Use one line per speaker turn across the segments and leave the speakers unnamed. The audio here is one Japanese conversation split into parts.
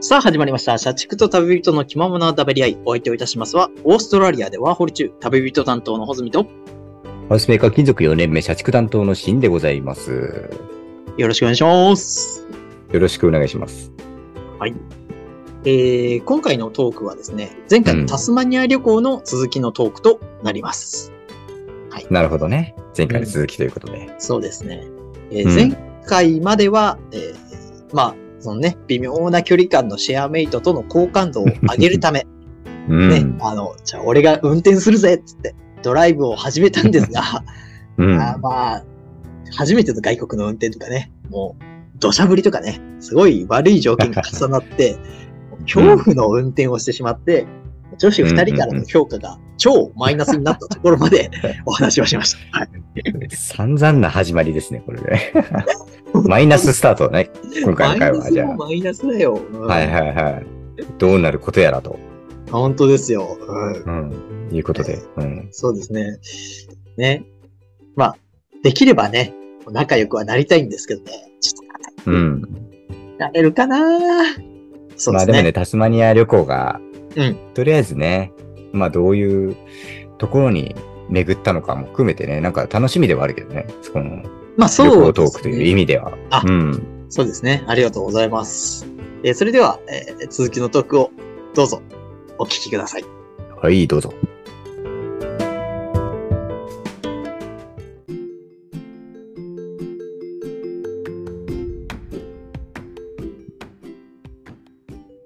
さあ始まりました。社畜と旅人の気ままなダべり合い。お相手をいたしますは、オーストラリアでワーホリ中、旅人担当のホズミと、
ハウスメーカー金属4年目社畜担当のシンでございます。
よろしくお願いします。
よろしくお願いします。
えー、今回のトークはですね、前回のタスマニア旅行の続きのトークとなります。
なるほどね。前回の続きということで。
そうですね。えー
うん
前回までは、えーまあ、そのね、微妙な距離感のシェアメイトとの好感度を上げるため、
うん。
ね、あの、じゃあ俺が運転するぜっつって、ドライブを始めたんですが、
うん。
あーまあ、初めての外国の運転とかね、もう、土砂降りとかね、すごい悪い条件が重なって、恐怖の運転をしてしまって、女子2人からの評価が超マイナスになったところま でお話をしました。はい、
散々な始まりですね、これで。 マイナススタートだね。今
マ
回
イ
の会
ナ
話。
ス
じゃ
もマイナスだよ。うん
あ。はいはいはい。どうなることやらと。
本当ですよ。うん
うん。いうことで。うん。
そうですね。ね。まあ、できればね、仲良くはなりたいんですけどね。ちょっ
うん。
となれるかなそう
ま
で
あ
す
でも
ね。
ね、タスマニア旅行が、
うん
とりあえずね、まあどういうところに巡ったのかも含めてね、なんか楽しみではあるけどね。その
まあ、そうですね
旅行トークという意味では。
あ
うん。
そうですね。ありがとうございます。えーそれでは、えー続きのトークをどうぞお聞きください。
はい、どうぞ。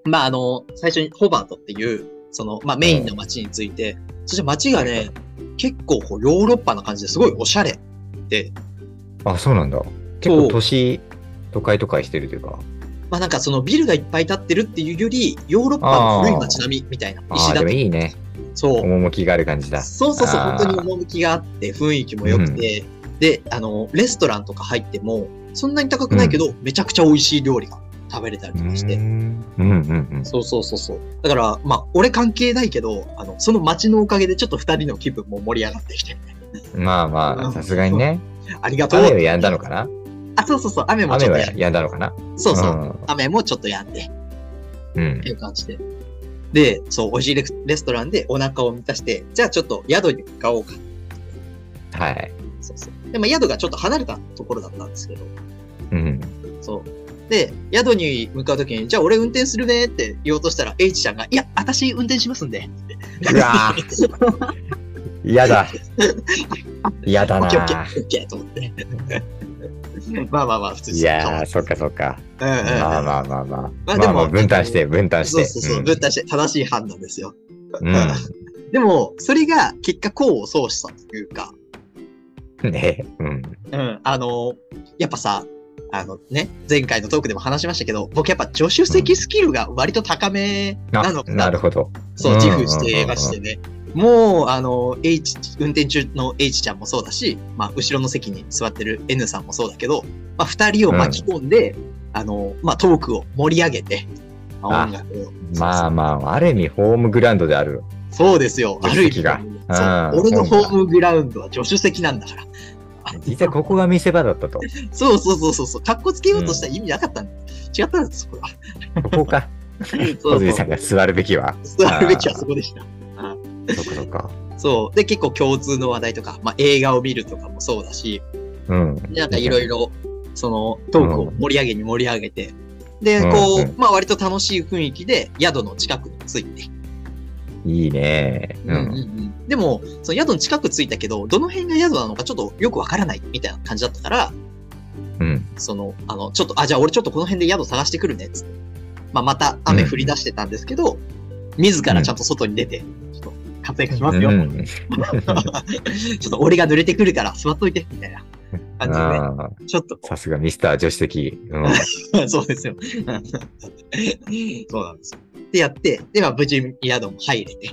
まあ、あの、最初にホバートっていう、その、まあ、メインの街について、そして街がね、結構こうヨーロッパな感じですごいおしゃれで、
あ、そうなんだ。結構都市、都会都会してるというか。
まあ、なんかそのビルがいっぱい建ってるっていうより、ヨーロッパの古い街並みみたいな、
あ
石だ
あ、で
と
もいいね。
そう。
趣がある感じだ。
そうそうそう、
あ
本
ー
当に趣があって、雰囲気も良くて、で、あの、レストランとか入っても、そんなに高くないけど、めちゃくちゃ美味しい料理が食べれたり
う
とかして、
んうんうん
そうそうそうそう。だから、まあ、俺関係ないけど、あの、その街のおかげでちょっと二人の気分も盛り上がってきて、
うん。まあま
うん
あ、さすがにね。
ありがとう。
雨は止んだのかな
あ、そうそうそう、雨もち
雨
ょっと
は
やん
止んだのかな
そうそう、
ん
雨もちょっとやんで、
うん
って。いう感じで。で、そう、美味しいレレストランでお腹を満たして、じゃあちょっと宿に向かおうか。
はい。
そうそう。で、まあ、宿がちょっと離れたところだったんですけど、
うん。
そう。で、宿に向かうときに、じゃあ俺運転するねって言おうとしたら、H ちゃんが、いや、私運転しますんで。
う わぁ、嫌だ。嫌だ
オッケーオッケ
な
ー、オッケーと思って。 まあまあまあ、普通に
いやー、そっかそっか。
うんうんうん
まあまあまあま
ま
あ。ま
あ
あ
でも
まあ分担して、分担し
そう
て。
そうそう、
ん
分担して正しい判断ですよ。
う
でも、それが結果功を奏したというか、
ん。ねうん。
うん、あの、やっぱさ、あのね、前回のトークでも話しましたけど、僕やっぱ助手席スキルが割と高めなの
あ
かな
なるほど。
そう、
うん
自負してましてね。もう、あの、H、運転中の H ちゃんもそうだし、まあ、後ろの席に座ってる N さんもそうだけど、まあ、二人を巻き込んで、あの、まあ、トークを盛り上げて、まあ
あ
音楽を。
まあまあ、ある意味ホームグラウンドである。
そうですよ。あ
助
る
手
意味
席が
そう
うん
俺のホームグラウンドは助手席なんだから。
実はここが見せ場だったと。
そうそうそうそうそう。かっこつけようとした意味なかったんだ、違ったんです、そこは。
ここか。
そ
小
う
杉
そ
さん
う。
が座るべきは。
座るべきはそこでした。
そっかそっか。
そう。で、結構共通の話題とか、まあ、映画を見るとかもそうだし、
うん。
でなんかいろいろ、その、トークを盛り上げに盛り上げて、で、こう、
うんう
まあ割と楽しい雰囲気で宿の近くに着いて、
いいね。う
うんうん
ん。
うんでも、その宿の近く着いたけど、どの辺が宿なのかちょっとよくわからないみたいな感じだったから、
うん。
その、あの、ちょっと、あ、じゃあ俺ちょっとこの辺で宿探してくるね、つって。まあまた雨降り出してたんですけど、自らちゃんと外に出て、ちょっと活躍しますよ。
う
ち
ん
ょっと俺が濡れてくるから座っといて、みたいな感じでね、
あー
ちょっとこう
さすがミスター女子的。う ん
そうですよ。そうなんですよ。でやって、では無事に宿も入れて。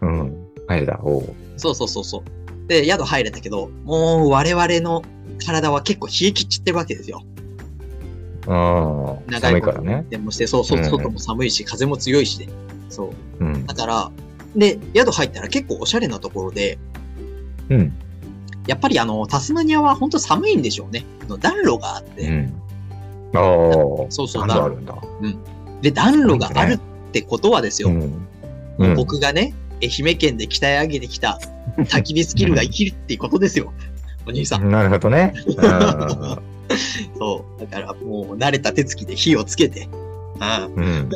うん。入れた。おう。
そうそうそうそう。で、宿入れたけど、もう我々の体は結構冷え切っちゃってるわけですよ。
ああ。寒い
こ
か
と
ら
運
ね。
転もして、そうそう、
うんうん
外も寒いし、風も強いしで。そう。
うん
だ。から、で、宿入ったら結構おしゃれなところで、
うん。
やっぱりあの、タスマニアは本当寒いんでしょうね。あの暖炉があっ
う
て、
ん。ああ。
そうそう
暖炉あるんだ。
で、暖炉があるってことはですよ、
うん。うん
僕がね、愛媛県で鍛え上げてきた焚き火スキルが生きるっていうことですよ、お兄さん。
なるほどね。
そう。だからもう慣れた手つきで火をつけて、あ
うん。うん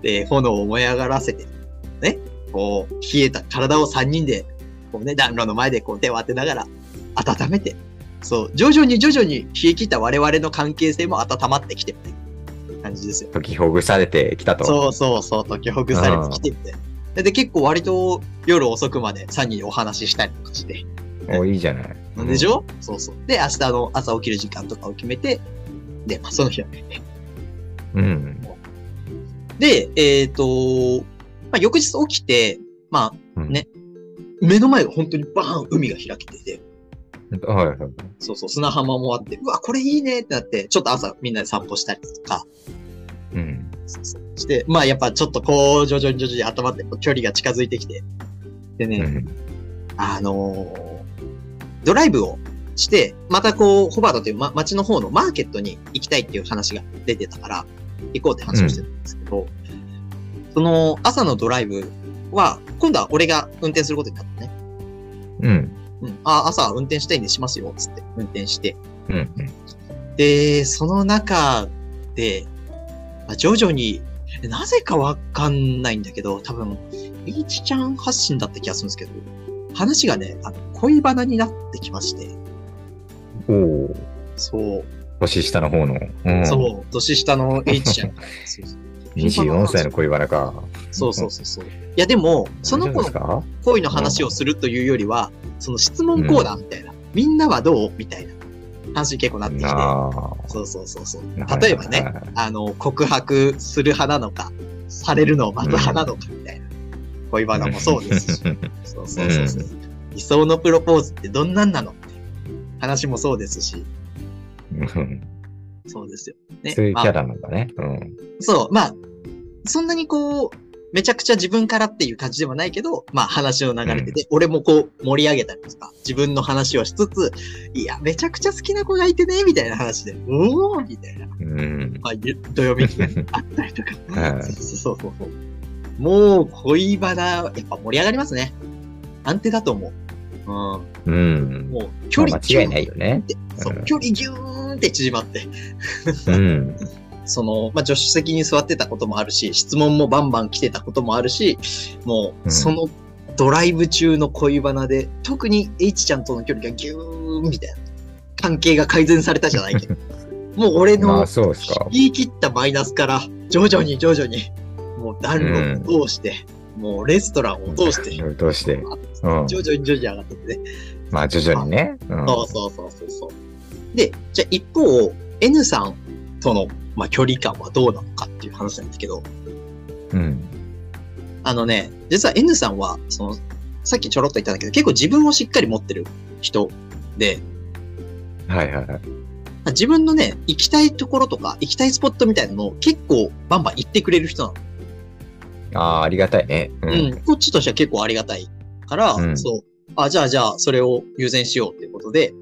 で、炎を燃え上がらせて、ね、こう、冷えた体を3人で、こうね、暖炉の前でこう手を当てながら温めて、そう、徐々に徐々に冷え切った我々の関係性も温まってきてるって感じですよ。
解きほぐされてきたと。
そうそうそう、解きほぐされてきてみたいな。でで、結構割と夜遅くまで3人でお話ししたりとかして、
おいいじゃない。うん
でしょ、そうそう。で、明日の朝起きる時間とかを決めて、で、まあ、その日はね、
うん。
で、えっ、と、まあ、翌日起きて、まあ
うん
ね、目の前が本当にバーン海が開けてて、
はいはい。
そうそう、砂浜もあって、うわ、これいいねってなって、ちょっと朝みんなで散歩したりとか、
うん。
そうそうして、まあやっぱちょっとこう、徐々に徐々に温まって、こう距離が近づいてきて、でね、
うん
あのードライブをして、またこう、ホバードという、ま、町の方のマーケットに行きたいっていう話が出てたから、行こうって話をしてたんですけど、その朝のドライブは、今度は俺が運転することになってね。
うん。
うん、あ、朝運転したいんでしますよ、つって運転して。
うん。
で、その中で、まあ徐々に、なぜかわかんないんだけど、多分、いちちゃん発信だった気がするんですけど、話がね、あの恋バナになってきまして、
おおー。
そう。
年下の方の。うん
そう、年下の H ちゃんが。そうそう
24歳の恋バナか。
そうそうそうそう。いや、でも、その
大丈夫
子
です
の
か
恋の話をするというよりは、その質問コーナーみたいな、みんなはどうみたいな話に結構なってきて。
な
そうそうそうそう
あ。
例えばね、。あの、告白する派なのか、されるのを待つ派なのかみたいな。恋バナもそうですし。そうそうそうそう。理想のプロポーズってどんなんなのって話もそうですし。
うん
そうですよ。ね
そういう
ま
キ
あ
ャラなんだね。うん。
そう、まあ、そんなにこう、めちゃくちゃ自分からっていう感じではないけど、まあ話の流れで、で俺もこう盛り上げたりとか、自分の話をしつつ、いや、めちゃくちゃ好きな子がいてね、みたいな話で、おーみたいな、
うん。
まあ、ゆどよめきがあったりとか
は、い
そうそうそうそう。もう恋バナ、やっぱ盛り上がりますね。安定だと思う。うん。
うん。
もう距離、
まあ間違いないよね
ギューンってそうう、
ん
距離ギューンって縮まって。
うん。
その、まあ、助手席に座ってたこともあるし、質問もバンバン来てたこともあるし、も
う
う、
ん
そのドライブ中の恋バナで、特に H ちゃんとの距離がギューンみたいな。関係が改善されたじゃない けど。もう俺
ま
の
あ、そうですか。
言い切ったマイナスから、徐々に徐々に、もう暖炉を通して、もうレストランを通して、
うんどうして。うん
徐々に徐々に上がってってね。
まあ、徐々にね。うん
そうそうそうそうそう。で、じゃあ一方、N さんとの、まあ、距離感はどうなのかっていう話なんですけど、
うん。
あのね、実は N さんは、その、さっきちょろっと言ったんだけど、結構自分をしっかり持ってる人で、
はいはいはい。
まあ自分のね、行きたいところとか、行きたいスポットみたいなのを結構バンバン行ってくれる人なの。
ああ、ありがたいね。う
うん、こっちとしては結構ありがたいから、
うん
そう。あ、じゃあじゃあ、それを優先しようっていうことで、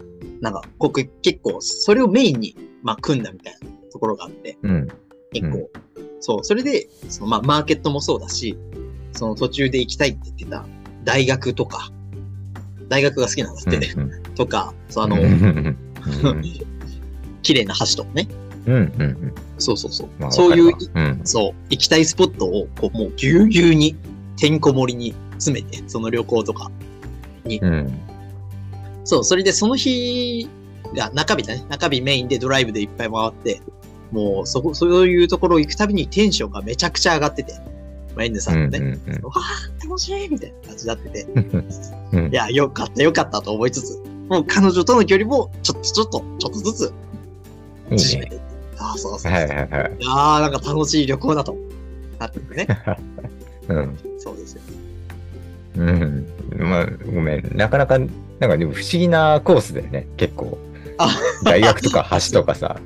なんか、僕結構、それをメインに、まあ、組んだみたいなところがあって、
うん。
結構。そう、それで、そのまあ、マーケットもそうだし、その途中で行きたいって言ってた大学とか、大学が好きなんだってね、
うんうん
とか、そうあの、
うんうん
綺麗な橋とかね、
うんうんうん。
そうそうそう、
まあ
そういう
わ、かるわうん
そう、行きたいスポットを、こう、もうぎゅうぎゅうに、てんこ盛りに詰めて、その旅行とか。
うん。
そう、それでその日が中日だね、中日メインでドライブでいっぱい回って、もう、そこ、そういうところ行くたびにテンションがめちゃくちゃ上がってて、まあ、エンヌさ
うん
の
ん
ね、
うん
わあ、楽しいみたいな感じになってて、
うんうん
いや、よかった、よかったと思いつつ、もう彼女との距離も、ちょっと、ちょっと、ちょっとずつ
いい
縮め
ね。
ていって、ああ、そうそうそう。
はいいはいはい。
やーなんか楽しい旅行だと。なってね。
うん。
そうですよ。
うん。まあ、ごめん。なかなか、なんかでも不思議なコースだよね、結構
あ。
大学とか橋とかさ、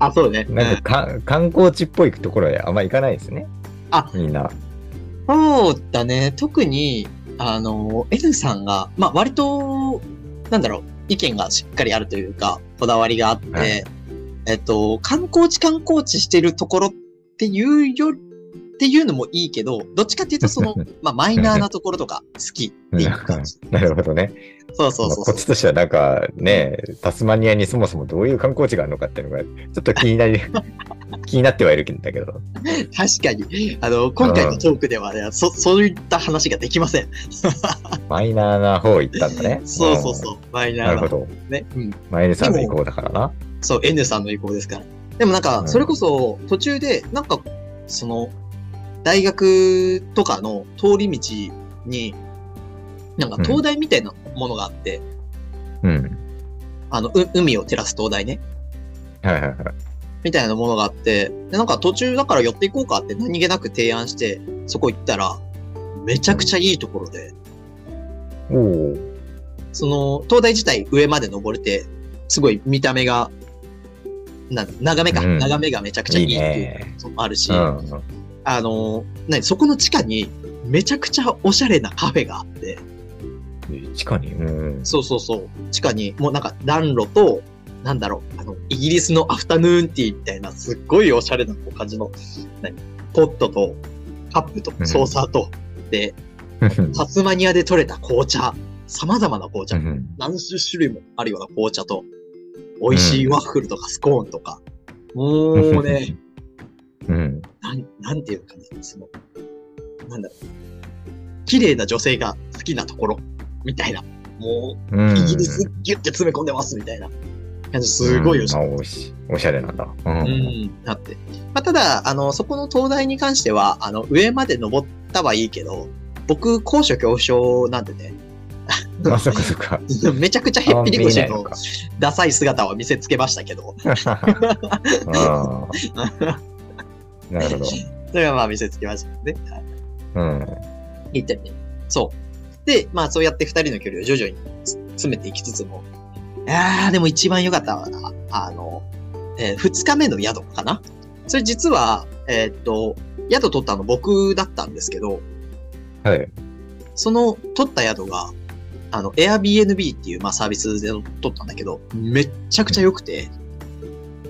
あ、そうね。う
なん
ん
かか観光地っぽいところへあんま行かないですね。
あ
みんな。
そうだね。特に、あの、N さんが、まあ、割と、なんだろう、意見がしっかりあるというか、こだわりがあって、
はい
えっと、観光地観光地してるところっていうよ、っていうのもいいけど、どっちかっていうと その、まあマイナーなところとか好きっていう感じ。
なるほどね。
そうそう
ま
そ
あ
う
こ
そ
っ
う
ち。としてはなんかね、タスマニアにそもそもどういう観光地があるのかっていうのが、ちょっと気になり、気になってはいるんだけど。
確かに。あの、今回のトークでは、ね、そ、そういった話ができません。。
マイナーな方行ったんだね
そうそうそう。マイ
うん。
ナ
な
ー
る
な
ほど。
ね。うん。
マイナさんの意向だからな。
そう、N さんの意向ですから。でもなん
う
か、
ん
それこそ途中で、なんか、その、大学とかの通り道に、なんか
うん
灯台みたいなものがあって、
うん。
あの、う海を照らす灯台ね、
はいはいはい。
みたいなものがあって、で、なんか途中だから寄っていこうかって何気なく提案して、そこ行ったら、めちゃくちゃいいところで、
おお。
その、灯台自体上まで登れて、すごい見た目が、なん眺めか、
うん
眺めがめちゃくちゃいいって
い
い
い
う
ね
のもあるし、
うん。
あの、何そこの地下にめちゃくちゃおしゃれなカフェがあって、
うん地下に。 うん。
そうそうそう、地下にもうなんか暖炉と、なんだろう、あの、イギリスのアフタヌーンティーみたいな、すっごいおしゃれな感じの、何ポットと、カップと
う、ん
ソーサーと、で、タスマニアで採れた紅茶、様々な紅茶、
うん
何十種類もあるような紅茶と、美味しいワッフルとかスコーンとか、もうね、。
うん。
なん、なんていうのかな、その、なんだろう。綺麗な女性が好きなところ、みたいな。も
う
う、
ん。
イギリスギュッて詰め込んでます、みたいな感じ、すごいよし。
うんあおしおしゃれなんだ。う。
うんん、なって。まあ、ただ、あの、そこの灯台に関しては、あの、上まで登ったはいいけど、僕、高所恐怖症なんでね、
あ、そっかそっか。
めちゃくちゃへっぴり腰
あんま見えないの
の
か
ダサい姿は見せつけましたけど、
あーなるほど。
それはまあ見せつけましたけどね。はい
うん。
言ったよね。そう。で、まあそうやって二人の距離を徐々につ詰めていきつつも、あー、でも一番良かったのは、あの、えー二日目の宿かなそれ実は、えーっと、宿取ったの僕だったんですけど、
はい。
その取った宿が、あの、Airbnb っていう、まあ、サービスで取ったんだけど、めっちゃくちゃ良くて、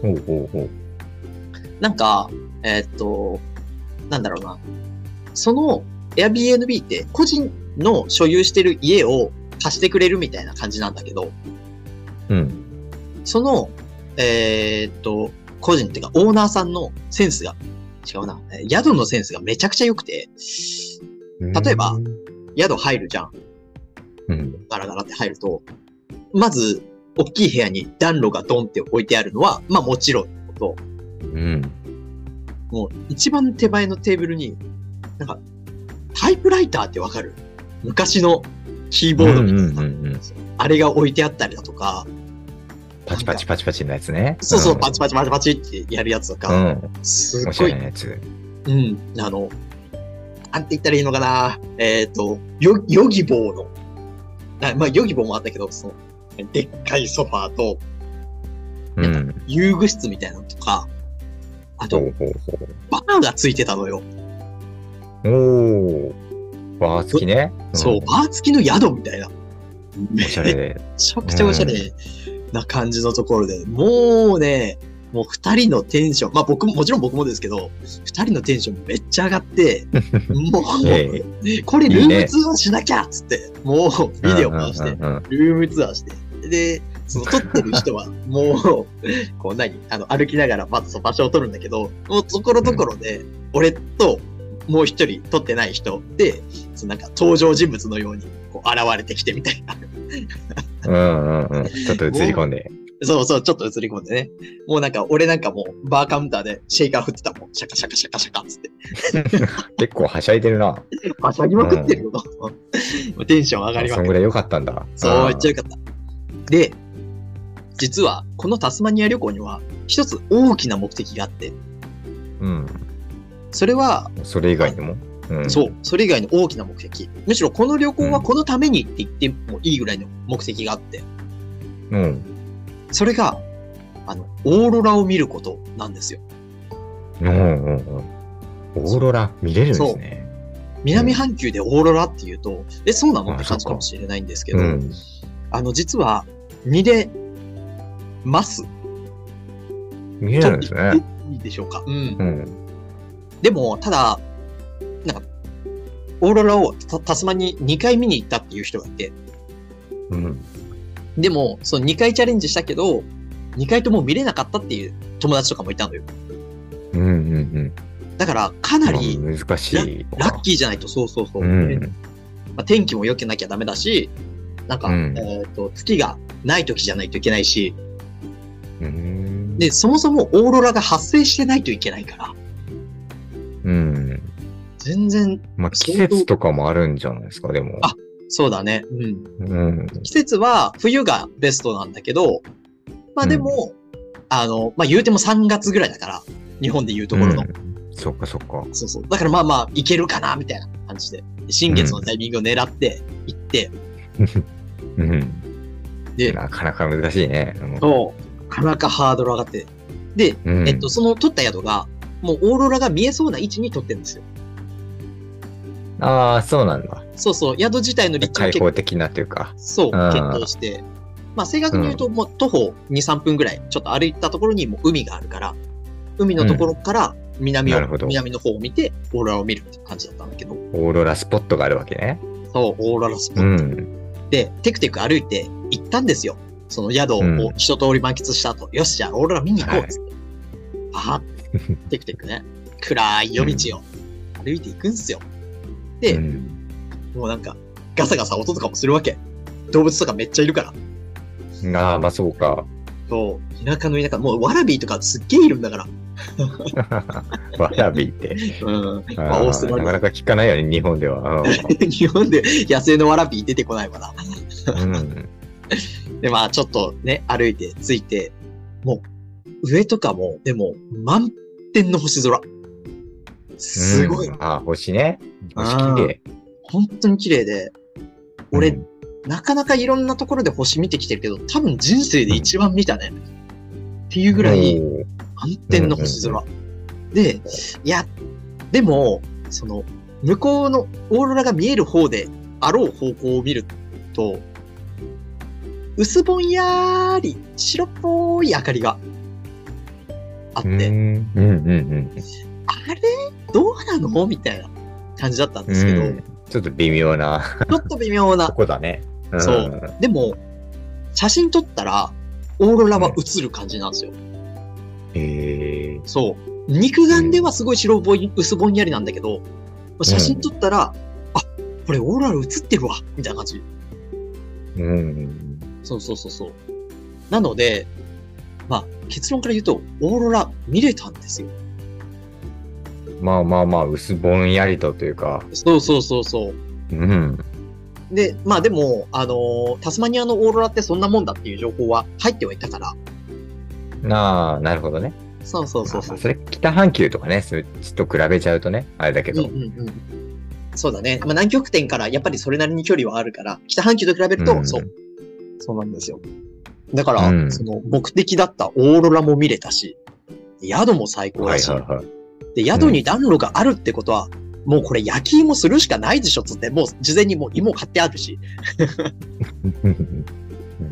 おうおうおう。
なんか、えーっと、なんだろうな。その Airbnb って個人の所有してる家を貸してくれるみたいな感じなんだけど、
うん。
その、えーっと、個人っていうかオーナーさんのセンスが、違うな、えー宿のセンスがめちゃくちゃ良くて、例えば宿入るじゃん。
うん。
ガラガラって入ると、まず、大きい部屋に暖炉がドンって置いてあるのは、まあもちろんのこと、
うん。
もう一番手前のテーブルに、なんか、タイプライターってわかる昔のキーボードみたいな、
うんうんうんうん
あれが置いてあったりだとか、
パチパチパチパチのやつね。
そうそう、
ん
パチパチパチパチってやるやつと
う
か、
ん。
す
お
っ
しゃ
ご
れ
い、
なやつ。
うん、あの、なんて言ったらいいのかな、えっ、と、よ、ヨギボーの、あまあ、ヨギボーもあったけど、その、でっかいソファーと
うん。
遊具室みたいなのとか、あ
ほ
と、
うほう
バーがついてたのよ。
ほう。おお。バー付きね。
そう、
ん
バー付きの宿みたいな。め
おしゃれで。
めちゃくちゃおしゃれな感じのところで、もうね、もう二人のテンション、まあ僕も、もちろん僕もですけど、二人のテンションめっちゃ上が って、もう、
え
これル
いい
ーム
ね
ツアーしなきゃっつって、もう ビデオ回して、
うんうんうん
ルームツアーして、で、その撮ってる人 は、もう、こう何あの、歩きながらまずその場所を撮るんだけど、もうところどころで、俺と、もう一人撮ってない人で、そのなんか登場人物のように、こう、現れてきてみたいな。
うんうんうん。ちょっと映り込んで。
そうそう、ちょっと映り込んでね。もうなんか、俺なんかもう、バーカウンターでシェイカー振ってたもん。シャカシャカシャカシャカっつって。
結構はしゃいでるな。
はしゃぎまくってるの。もうテンション上がりま
そ
く
ん
る。
ぐらい良かったんだ。
そう、めっちゃ
ゃ。
よかった。で、実は、このタスマニア旅行には、一つ大きな目的があって、
うん。
それは、
それ以外にも。うん
そう、それ以外の大きな目的。むしろこの旅行はこのためにって言ってもいいぐらいの目的があって、
うん。
それが、あの、オーロラを見ることなんですよ。
うんうんうん。オーロラ見れるんですね。
南半球でオーロラっていうと、え、そうなのって
あそ
感
っか
じかもしれないんですけど、
うん。
あの、実は、見れます。
見れるんです
と言
ね
っ。ていいでしょうか。うん。
うん。
でも、ただ、なんか、オーロラをタタスマに2回見に行ったっていう人がいて、
うん。
でも、その2回チャレンジしたけど、2回とも見れなかったっていう友達とかもいたのよ。
うんうん
だから、か
う
なんり
ん。難しい。
ラッキーじゃないと、そうそうそう。
うん。
まあ、天気も良けなきゃダメだし、なんか、
うん
えっと月がない時じゃないといけないし、
うん。
で、そもそもオーロラが発生してないといけないから、
うん。
全然、
まあ、季節とかもあるんじゃないですか、でも。
あそうだね。うん。
うん。
季節は冬がベストなんだけど、まあでも、あの、まあ言うても3月ぐらいだから、日本で言うところの。
うんそっかそっか。
そうそう。だからまあまあ、いけるかな、みたいな感じで。新月のタイミングを狙って行って、
うん。
で、
なかなか難しいね。うん
そう、なかなかハードル上がって。で、
うん
えっと、その撮った宿が、もうオーロラが見えそうな位置に撮ってるんですよ。
ああ、そうなんだ。
そうそう、宿自体の立地も
開
結
放
構、
的なというか。
そう、
うん
検討して。まあ、正確に言うと、もう徒歩2、3分ぐらい、ちょっと歩いたところにもう海があるから、海のところから南を、
なるほど
南の方を見て、オーロラを見るって感じだったんだけど、
オーロラスポットがあるわけね。
そう、オーロラスポ
う
ット
ん。
で、テクテク歩いて行ったんですよ。その宿を
うん
一通り満喫した後、よし、じゃあオーロラ見に行こうっつって。あーテクテクね。暗い夜道を歩いていくんすよ。で、
うん
もうなんか、ガサガサ音とかもするわけ。動物とかめっちゃいるから。
ああ、まあそうか。
そう、田舎の田舎、もうワラビーとかすっげえいるんだから。
わらびって。
うん。
あ
まあ、オーストラ
ーな
リ
か
ア。
なか聞かないよね、日本では。
日本で野生のワラビー出てこないわな。
うん。
で、まあ、ちょっとね、歩いて、着いて、もう、上とかも、でも、満点の星空。すごい、
うんああ、星ね。星
あー
綺麗。
本当に綺麗で、俺、
うん
なかなかいろんなところで星見てきてるけど、多分人生で一番見たね。っていうぐらい、
おー
満点の星空。で、いや、でも、その、向こうのオーロラが見える方で、あろう方向を見ると、薄ぼんやり、白っぽい明かりがあっ
うん
て、
うんうん
あれどうなのみたいな感じだったん
う
ですけど、
んうん。ちょっと微妙な
ちょっと微妙
と
な。
こだね。ん
そう。でも、写真撮ったら、オーロラは映る感じなんですよ。
へえ。
そう。肉眼ではすごい白ぼん、薄ぼんやりなんだけど、写真撮ったら、あ、これオーロラ映ってるわ、みたいな感じ。
うん。
そうそうそうそう。なので、まあ、結論から言うと、オーロラ見れたんですよ。
まあまあまあ、薄ぼんやりとというか。
そうそうそうそう。
うん。
で、まあでも、あのータスマニアのオーロラってそんなもんだっていう情報は入ってはいたから。
なあ、なるほどね。
そうそうそうそ
ま
う
あ。それ、北半球とかね、それちょっと比べちゃうとね、あれだけ
うん
ど。
うんうん。そうだね。まあ南極点からやっぱりそれなりに距離はあるから、北半球と比べると、
うん
そう、そうなんですよ。だから、
うん
その目的だったオーロラも見れたし、宿も最高
は
だ
い
し、
はいはい。
で宿に暖炉があるってことは、もうこれ焼き芋するしかないでしょっつって、もう事前にもう芋買ってあるし、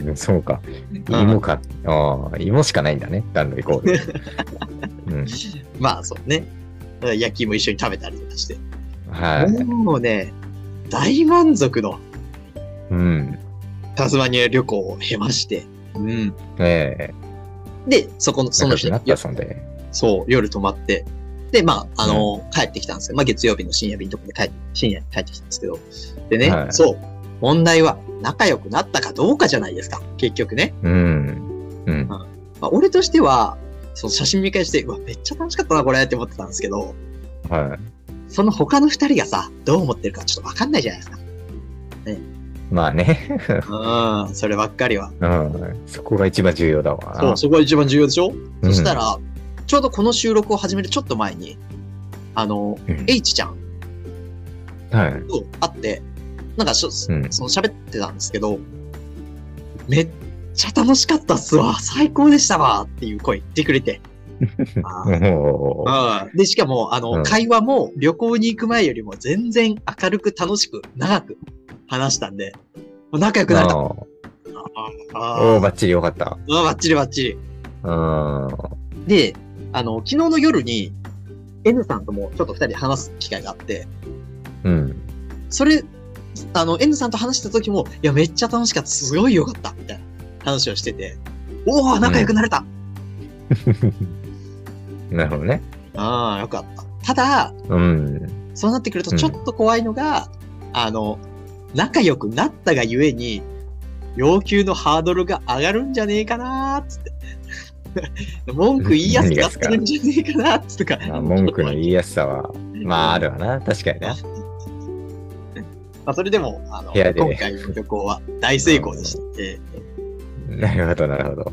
うんそうか。芋か。ああ、芋しかないんだね。暖炉イコー ル。うん。
まあそうね。焼き芋一緒に食べたりとかして。
はい。
もうね、大満足の
うん。
タスマニア旅行を経まして、うん。
ええ。
で、そこの、その日
仲良くなったそんで。
そう、夜泊まって。で、まあ、あのー帰ってきたんですよ。まあ、月曜日の深夜便とかで帰って、深夜に帰ってきたんですけど。でね、
はい
そう、問題は仲良くなったかどうかじゃないですか。結局ね。
うん。うん。
まあ、俺としては、その写真見返して、うわ、めっちゃ楽しかったな、これって思ってたんですけど、
は
その他の二人がさ、どう思ってるかちょっとわかんないじゃないですか。
い。まあね。
うん、そればっかりは。
うん。そこが一番重要だわな。
そう、そこが一番重要でしょ、
うん
そしたら、ちょうどこの収録を始めるちょっと前に、あの、
うん
H ちゃん
はい。
と会って、なんかしょ、
うん。
その喋ってたんですけど、めっちゃ楽しかったっすわ、最高でしたわっていう声言ってくれ て。あー
おー
うんで、しかも、あの、
うん
会話も旅行に行く前よりも全然明るく楽しく長く話したんで、もう仲良くなれた。
おー
あー
おー、ばっちりよかった。
うんバッチリバッチリ。
うん。
で、あの、昨日の夜に、 N さんともちょっと二人で話す機会があって、
うん。
それ、あの、N さんと話した時も、いや、めっちゃ楽しかった、すごい良かった、みたいな話をしてて、おお仲良くなれた、
なるほどね。
ああ、よかった。ただ、
うん。
そうなってくる
う
と
ん
ちょっと怖いのが、あの、仲良くなったがゆえに、要求のハードルが上がるんじゃねえかなーっつって。 文句言いやすくなってるんじゃねえかなーっつってか。
まあ、文句の言いやす さは、まあ、あ
る。
るわな。確かにね。
まあ、それでも、あの、
部屋で
今回の旅行は大成功でした。え
なるほど、なるほど。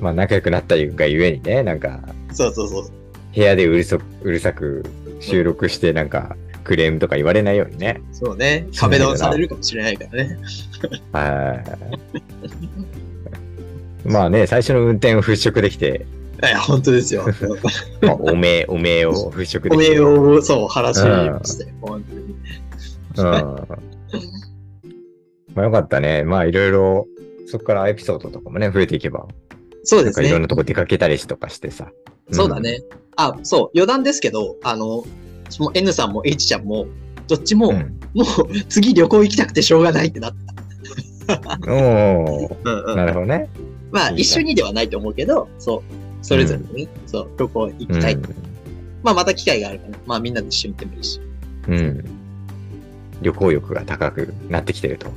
まあ、仲良くなったがゆえにね、なんか、
ーそうそうそう。
部屋でうるそうるさく収録して、なんか、クレームとか言われないようにね。
そうね。
そう
壁
だよ
ド
な
ンされるかもしれないからね。
はい。まあね、最初の運転を払拭できて、
いや、本当 ですよ。
まあ、おめえ、おめえを払拭で
お
きて。
礼を、そう、話をして、本当に。
うん。まあよかったね。まあいろいろ、そこからエピソードとかもね、増えていけば、
そう
な
で
ん
す
かいろ
ね。
んなとこ出かけたりとかしてさ。
そうだね。あ、そう、余談ですけど、あの、その N さんも H ちゃんも、どっちも、
うん。う
も
ん
う次旅行行きたくてしょうがないってなった。
おー
うんうん
なるほどね。
まあ、
いいね
一緒にではないと思うけど、そう、それぞれね、そう、旅行行きたい。
う
まあ、また機会があるから、まあ、みんなで一緒に行ってもいいし。
ん。うん。旅行欲が高くなってきてると。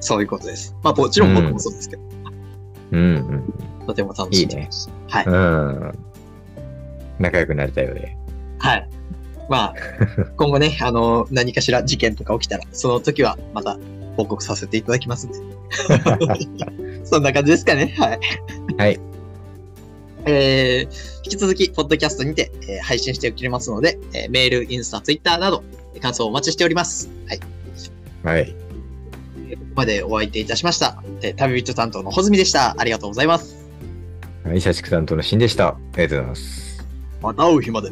そういうことです。まあ、もちろん僕もそうですけど、
うんうん。
とても楽しんでました。はい。
うん。仲良くなれたよ うで。
はい。 まあ、今後ね、あの、何かしら事件とか起きたら、その時はまた報告させていただきます んで。そんな感じですかね。はい。
はい。
えー引き続き、ポッドキャストにて、えー配信しておりますので、えーメール、インスタ、ツイッターなど、えー感想をお待ちしております。はい。こ
はい。
こまでお相手いたしました。えー旅人担当の穂積でした。ありがとうございます。
はい、社畜担当のシンでした。ありがとうございます。
また会う日まで。